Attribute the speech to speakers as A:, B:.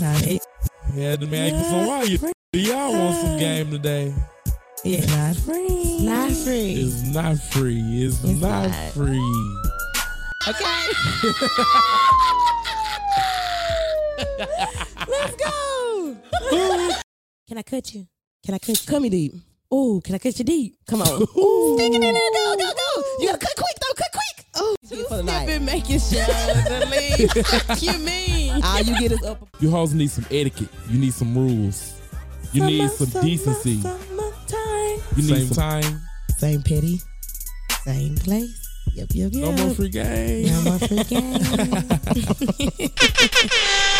A: Nah,
B: Had to make it for why you do y'all want some game today?
A: yeah, not free.
C: Not free.
B: It's not free. It's,
C: It's
B: not,
C: not.
B: free.
C: Okay. Let's go. can I cut you? Can I cut you? Cut me deep. Ooh, can I cut you deep? Come on. Ooh. Go, go, go. You gotta cut quick though. Cut quick. Oh, for the night.
D: Been making sure the league. you mean?
C: All Ah, you get is up.
B: You hoes need some etiquette. You need some rules. You need some decency. You
A: Same
B: need some time.
A: Same pity, same place. Yep, yep, yep.
B: No more free game.
A: No more free game.